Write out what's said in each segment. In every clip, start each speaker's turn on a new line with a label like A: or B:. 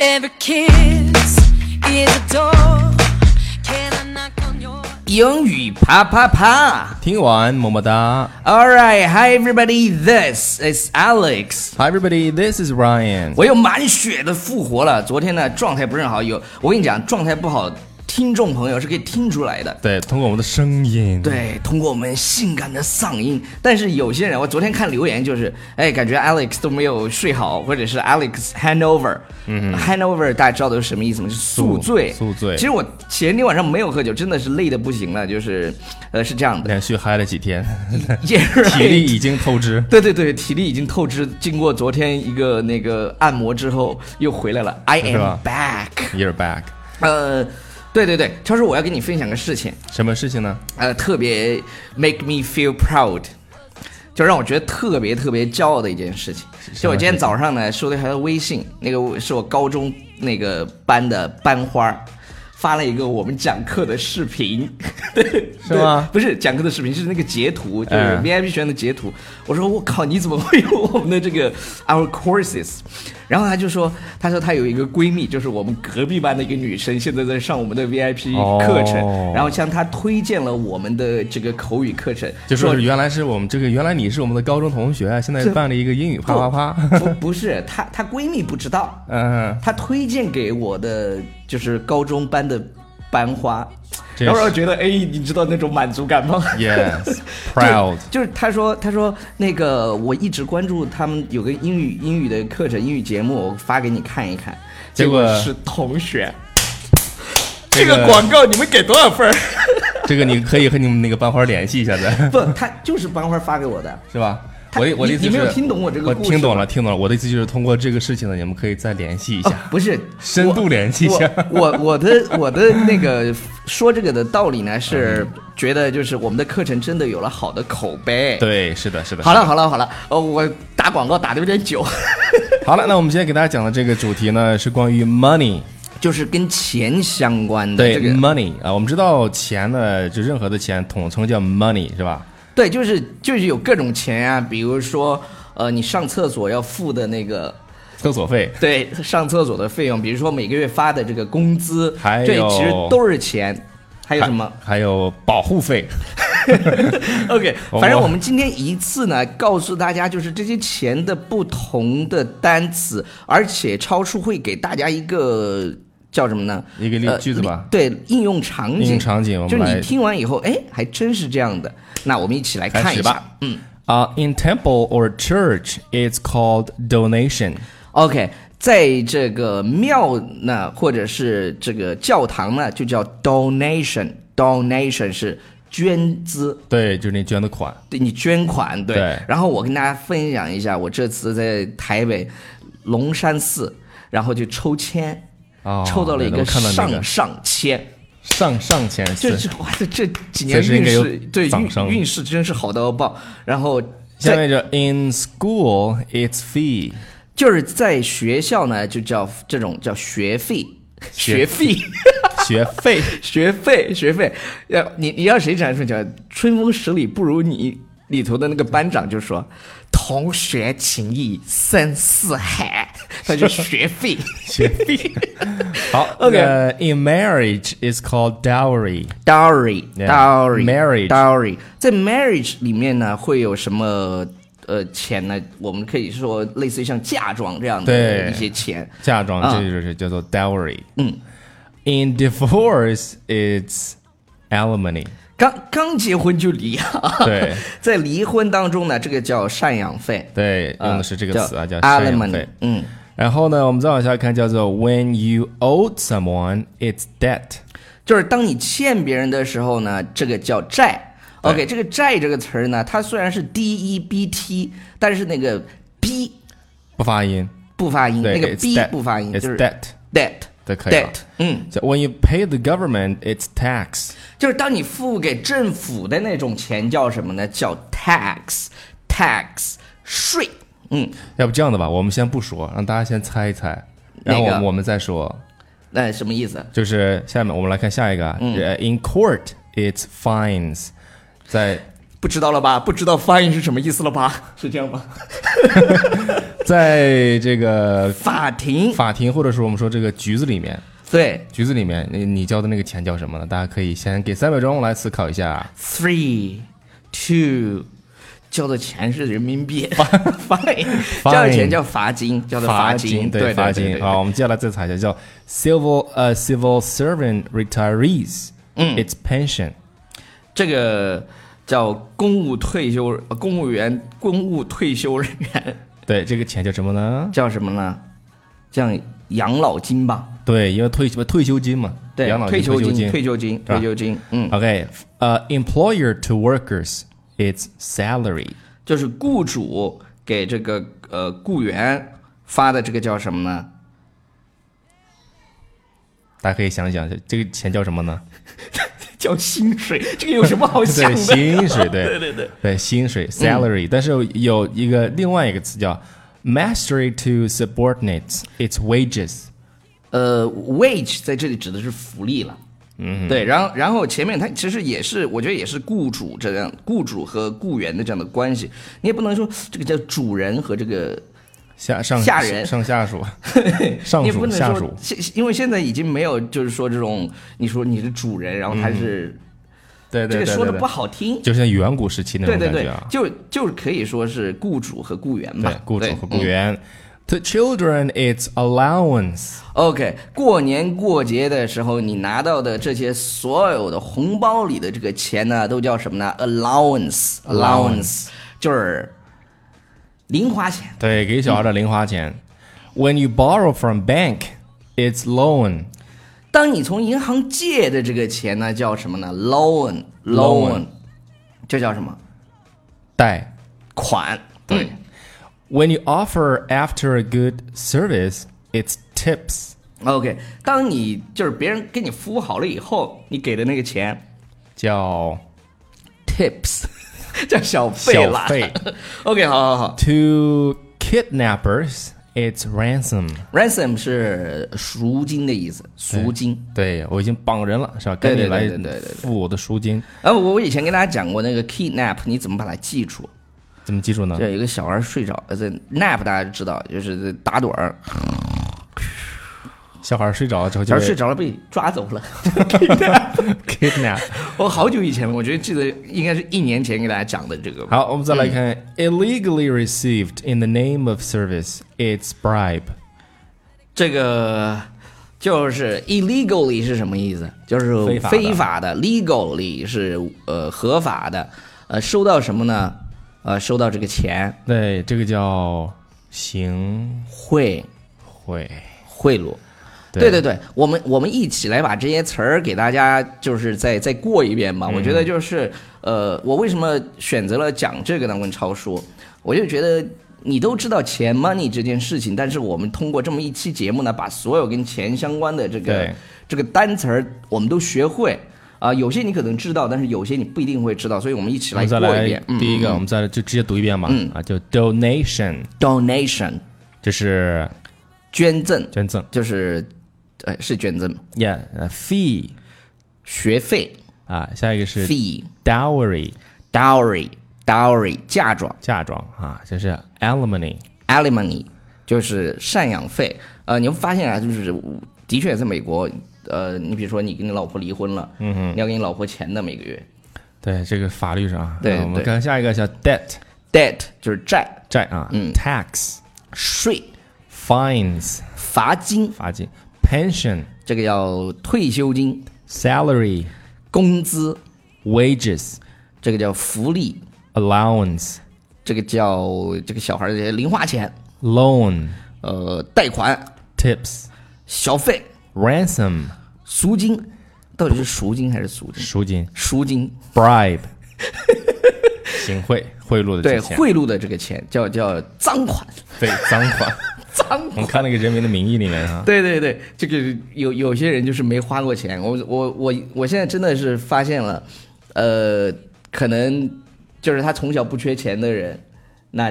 A: Every kiss is a door. Can I knock on your
B: 英语啪啪啪
C: 听完么么哒。
B: ！All right, hi everybody, this is Alex。
C: Hi everybody, this is Ryan。
B: 我又满血的复活了。昨天呢，状态不是很好，有我跟你讲，状态不好，听众朋友是可以听出来的。
C: 对，通过我们的声音，，
B: 对，通过我们性感的嗓音，但是有些人，我昨天看留言就是，哎，感觉 Alex 都没有睡好，或者是 Alex hangover，嗯，hangover 大家知道都是什么意思吗？是宿
C: 宿
B: 醉，
C: 宿醉
B: 其实我前天晚上没有喝酒，真的是累的不行了，就是，呃，是这样的
C: 连续嗨了几 天，
B: ，yeah, right
C: 体力已经透支。
B: 对对对，体力已经透支，经过昨天一个那个按摩之后又回来了。I
C: 是
B: am
C: 吧
B: back。
C: You're back。
B: 呃，对对对，超叔，我要跟你分享个事情，
C: 什么事情呢？
B: 呃，特别 make me feel proud，就让我觉得特别特别骄傲的一件事情。就我今天早上呢，收到一条微信，那个是我高中那个班的班花儿。发了一个我们讲课的视频， 对，
C: 是吗
B: 对不是讲课的视频，是那个截图，就是
C: 嗯
B: VIP 学员的截图。我说我靠，你怎么会有我们的这个 our courses？然后她就说，她说她有一个闺蜜，就是我们隔壁班的一个女生，现在在上我们的 VIP 课程，
C: 哦
B: 然后向她推荐了我们的这个口语课程，
C: 就说是原来是我们这个，原来你是我们的高中同学，啊现在
B: 这
C: 办了一个英语啪啪啪。
B: 不不是她她闺蜜不知道，
C: 嗯，
B: 她推荐给我的就是高中班的班花，
C: 真
B: 然后
C: 是
B: 我觉得哎，你知道那种满足感吗
C: Yes,
B: 就
C: proud.
B: 就是他说，他说那个我一直关注他们有个英语英语的课程，英语节目，我发给你看一看。
C: 结果
B: 是同学，
C: 这
B: 这
C: 个
B: 个广告你们给多少分儿？
C: 这个你可以和你们那个班花联系一下的，
B: 不，他就是班花发给我的。
C: 是吧？
B: 他
C: 我的我的意
B: 你
C: 思是，
B: 你没有听懂我这个
C: 我
B: 故事
C: 听懂
B: 吗
C: 了，听懂了。我的意思就是通过这个事情呢，你们可以再联系一
B: 哦
C: 下。，
B: 不是
C: 深度联系一下
B: 我我我的我的那个说这个的道理呢，是
C: 嗯
B: 觉得就是我们的课程真的有了好的口碑。，
C: 对，是的，是的。
B: 好了好了好了，呃，我打广告打的有点久，
C: 好了，那我们今天给大家讲的这个主题呢，是关于 money。
B: 就是跟钱相关的
C: 对、
B: 这个
C: money 啊，我们知道钱呢，就任何的钱统称叫 money 是吧？
B: 对，就是就是有各种钱啊，比如说呃，你上厕所要付的那个。
C: 厕所费，
B: 对上厕所的费用，比如说每个月发的这个工资，
C: 还有
B: 这其实都是钱。还有什么
C: 还？还有保护费，
B: ？OK，
C: 我
B: 反正我们今天一次呢，告诉大家就是这些钱的不同的单词，而且超叔会给大家一个叫什么呢？
C: 一个例
B: 呃
C: 句子吧。
B: 对，应用场景。
C: 应用场景我们
B: 就是你
C: 来
B: 听完以后，哎，还真是这样的。那我们一起来看
C: 开
B: 一
C: 始
B: 下
C: 吧。。嗯啊、i n temple or church, it's called donation。
B: OK，在这个庙呢，或者是这个教堂呢，就叫 donation。donation 是捐资，
C: 对，就是你捐的款。
B: 对你捐款，对。
C: 对
B: 然后我跟大家分享一下，我这次在台北龙山寺，然后就抽签，
C: 哦
B: 抽到了一
C: 我
B: 个
C: 看到那
B: 上
C: 个
B: 上签。
C: 上上前
B: 这
C: 四。
B: 这哇，这这几年
C: 此时应
B: 运
C: 该有
B: 势对
C: 掌声
B: 运运势真是好到爆。然后
C: 下
B: 在
C: 面就 in school, it's fee。
B: 就是在学校呢，就叫这种叫学费，学
C: 学
B: 费。
C: 学费，
B: 学费，学费，要你你要谁讲春秋？春风十里不如你里头的那个班长就说：“同学情谊深似海。”他就学 费，
C: 学费。好
B: OK
C: 呃 in marriage is called dowry。
B: dowry
C: Yeah,
B: dowry
C: marriage
B: dowry，在 marriage 里面呢会有什么呃钱呢？我们可以说类似于像嫁妆这样的
C: 对
B: 一些钱。
C: 嫁妆，
B: 啊
C: 这就是叫做 dowry。
B: 嗯
C: ，in divorce it's alimony。
B: 刚刚结婚就离啊，
C: 对
B: 在离婚当中呢，这个叫赡养费，
C: 对，
B: 啊
C: 用的是这个词啊，叫赡养
B: alimony
C: 费。。
B: 嗯。
C: 然后呢，我们再往下看，叫做 when you owe someone it's debt。
B: 就是当你欠别人的时候呢，这个叫债。
C: 对
B: OK，这个债这个词儿呢，它虽然是 D E B T，但是那个 B
C: 不发音，
B: 不发音，那
C: 对
B: 个
C: ，it's
B: B
C: debt，
B: 不发音，就
C: it's
B: 是
C: debt，
B: debt
C: 这可以了
B: debt。。嗯，
C: So when you pay the government it's tax。
B: 就是当你付给政府的那种钱叫什么呢？叫 tax tax 税。嗯，
C: 要不这样的吧，我们先不说，让大家先猜一猜，然后我
B: 哪
C: 们
B: 个
C: 我们再说。
B: 那什么意思？嗯
C: 就是下面我们来看下一个啊，呃 in court it's fines，在
B: 不知道了吧？不知道发音是什么意思了吧？是这样吗？
C: 在这个
B: 法庭
C: 法庭或者说我们说这个局子里面，
B: 对
C: 局子里面你你交的那个钱叫什么呢？大家可以先给三秒钟来思考一下。
B: ，three two。交的钱是人民币，fine，交的钱叫罚金，叫做金，对
C: 对
B: 对
C: 罚
B: 对
C: 金
B: 对
C: 好，我们接下来再查一下，叫 civil 呃 civil servant retirees，嗯，its pension
B: 这个叫公务退休，呃公务员、公务退休人员
C: 对这个钱叫什么呢？
B: 叫什么呢？叫养老金吧？
C: 对，因为退休退休金嘛，
B: 对
C: 养，老
B: 退
C: 金
B: 休
C: 休
B: 金、退休金、
C: 是吧
B: 退休金，嗯，
C: OK，呃、e m p l o y e r to workers its salary，
B: 就是雇主给这个呃雇员发的这个叫什么呢？
C: 大家可以想一想，这这个钱叫什么呢？
B: 叫薪水，这个有什么好 想的？
C: 对，薪水，对
B: 对对对嗯
C: 对薪水 salary，、但是有一个另外一个词叫 mastery to subordinates its wages。
B: 呃，wage 在这里指的是福利了。嗯，对，然后然后前面它其实也是，我觉得也是雇主这样，雇主和雇员的这样的关系，你也不能说这个叫主人和这个
C: 下上
B: 下人
C: 上 下属，上
B: 你不
C: 属
B: 能
C: 下
B: 说
C: 属，
B: 现因为现在已经没有就是说这种你说你是主人，然后他是、
C: 对
B: 这
C: 嗯对
B: 个
C: 对
B: 说的
C: 对
B: 不
C: 对，
B: 好听，
C: 就像远古时期那
B: 对
C: 种
B: 对
C: 感
B: 对
C: 觉啊，，
B: 就就是可以说是雇主和雇员嘛
C: 对，雇主
B: 对嗯
C: 和雇员。To children, its allowance。
B: OK，过年过节的时候，你拿到的这些所有的红包里的这个钱呢，都叫什么呢？allowance，allowance 就是零花钱。
C: 对，给小孩的零花钱。When
B: 嗯
C: you borrow from bank, it's loan。
B: 当你从银行借的这个钱呢，叫什么呢
C: Loan
B: ？loan，loan，这叫什么？
C: 贷。
B: 款。对，
C: When you offer after a good service, it's tips。
B: 嗯 OK，当你就是别人给你服务好了以后，你给的那个钱
C: 叫
B: tips 叫小费啦。
C: 小费
B: OK，好好好
C: to kidnappers, it's ransom。
B: ，ransom 是赎金的意思，赎金。
C: 对我已经绑人了，是吧？
B: 对
C: 赶
B: 对
C: 紧来
B: 对对对对对
C: 付我的赎金。
B: 啊，我我以前跟大家讲过那个 kidnap，你怎么把它记住？
C: 怎么记住呢
B: 就？有一个小孩睡着，呃，在 nap 大家知道，就是打盹儿，
C: 小孩睡着了之后
B: 小孩
C: 就被
B: 睡着了被抓走 了。
C: kidnap。
B: 我好久以前了，我觉得记得应该是一年前给大家讲的这个。
C: 好，我们再来看、illegally received in the name of service, it's bribe。
B: 这个就是 illegally 是什么意思？就是
C: 非法的
B: 非法的 l e g a l l y 是呃合法的，呃收到什么呢？呃收到这个钱
C: 对，这个叫行
B: 贿
C: 贿。
B: 贿赂。对对对，我们我们一起来把这些词儿给大家就是再再过一遍
C: 嗯
B: 吧。我觉得就是呃，我为什么选择了讲这个呢？跟超叔，我就觉得你都知道钱 money 这件事情，但是我们通过这么一期节目呢，把所有跟钱相关的这个
C: 对
B: 这个单词儿我们都学会。啊、有些你可能知道，但是有些你不一定会知道，所以我们一起
C: 我
B: 来
C: 们再
B: 过一
C: 来
B: 遍。嗯
C: 第一个，我们再来就直接读一遍吧。啊，就 donation，
B: donation
C: 这是
B: 捐赠
C: 捐赠。
B: 就是，呃，是捐赠吗
C: Yeah，呃，fee
B: 学费
C: 啊，下一个是
B: fee
C: dowry，
B: dowry dowry 嫁妆
C: 嫁妆啊，这是 alimony。
B: alimony 就是赡养费。呃，你会发现啊，就是的确在美国，呃，你比如说你跟你老婆离婚了，嗯哼，你要给你老婆钱的每个月
C: 对，这个法律上啊。
B: 对
C: 啊我们
B: 对
C: 看下一个叫 debt，
B: debt 就是债、
C: 债啊
B: 嗯
C: ，tax，fines，
B: 税、罚金，
C: 罚金，pension，
B: 这个叫退休金、
C: salary。
B: 工资，
C: wages,
B: 这个叫福利，
C: allowance,
B: 这个叫这个小孩儿的零花钱，
C: loan,
B: 呃，贷款、
C: tips,
B: 小费、
C: ransom,
B: 赎金，到底是赎金还是赎金？
C: 赎金
B: 赎金
C: bribe，行贿贿赂的
B: 对
C: 这钱，
B: 贿赂的这个钱叫叫赃款，
C: 对赃款。
B: 赃
C: 我们看那个《人民的名义》里面啊，
B: 对对对，这个有有些人就是没花过钱，我我我我现在真的是发现了，呃，可能就是他从小不缺钱的人，那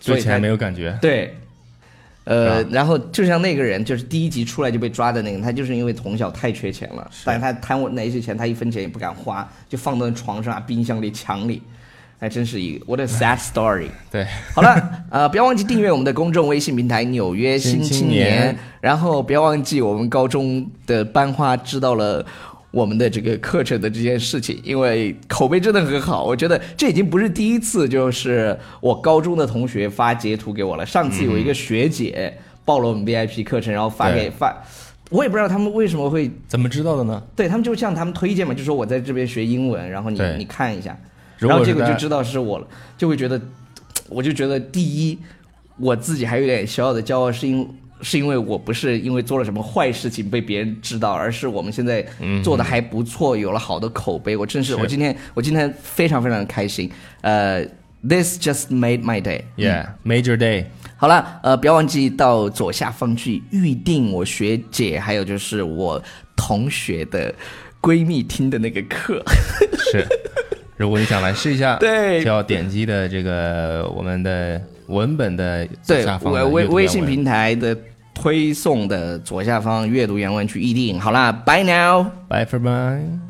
B: 所
C: 对
B: 以他
C: 钱没有感觉。
B: 对，呃
C: 是，吧
B: 然后就像那个人，就是第一集出来就被抓的那个，他就是因为从小太缺钱了，但是他贪我那些钱，他一分钱也不敢花，就放到床上啊、冰箱里、墙里，还真是一个 what a sad story。
C: 对，
B: 好了， 呃，不要忘记订阅我们的公众微信平台《纽约新青
C: 新青年
B: 然后不要忘记我们高中的班花知道了。我们的这个课程的这件事情，因为口碑真的很好，我觉得这已经不是第一次，就是我高中的同学发截图给我了。上次有一个学姐报了我们 VIP 课程，然后发给
C: 对
B: 发，我也不知道他们为什么会
C: 怎么知道的呢？
B: 对他们就向他们推荐嘛，就说我在这边学英文，然后你
C: 对
B: 你看一下，
C: 如
B: 然后
C: 果
B: 结
C: 是
B: 果就
C: 在
B: 知道是我了，就会觉得，我就觉得第一，我自己还有点小小的骄傲，是因是因为我不是因为做了什么坏事情被别人知道，而是我们现在做的还不错，有了好的口碑。我真是，
C: 嗯是
B: 我今天我今天非常非常的开心，呃，this just made my day。
C: Yeah, 嗯 major day.
B: 好了，呃，不要忘记到左下方去预定我学姐，还有就是我同学的闺蜜听的那个课。
C: 是，如果你想来试一 下，
B: 对
C: 就要点击的这个我们的文本的 左
B: 对
C: 下，方
B: 我
C: 的
B: 微
C: 阅读
B: 微
C: 原
B: 信
C: 文
B: 平台的推送的左下方阅读原文去预定。好啦，Bye now。
C: ，Bye for bye.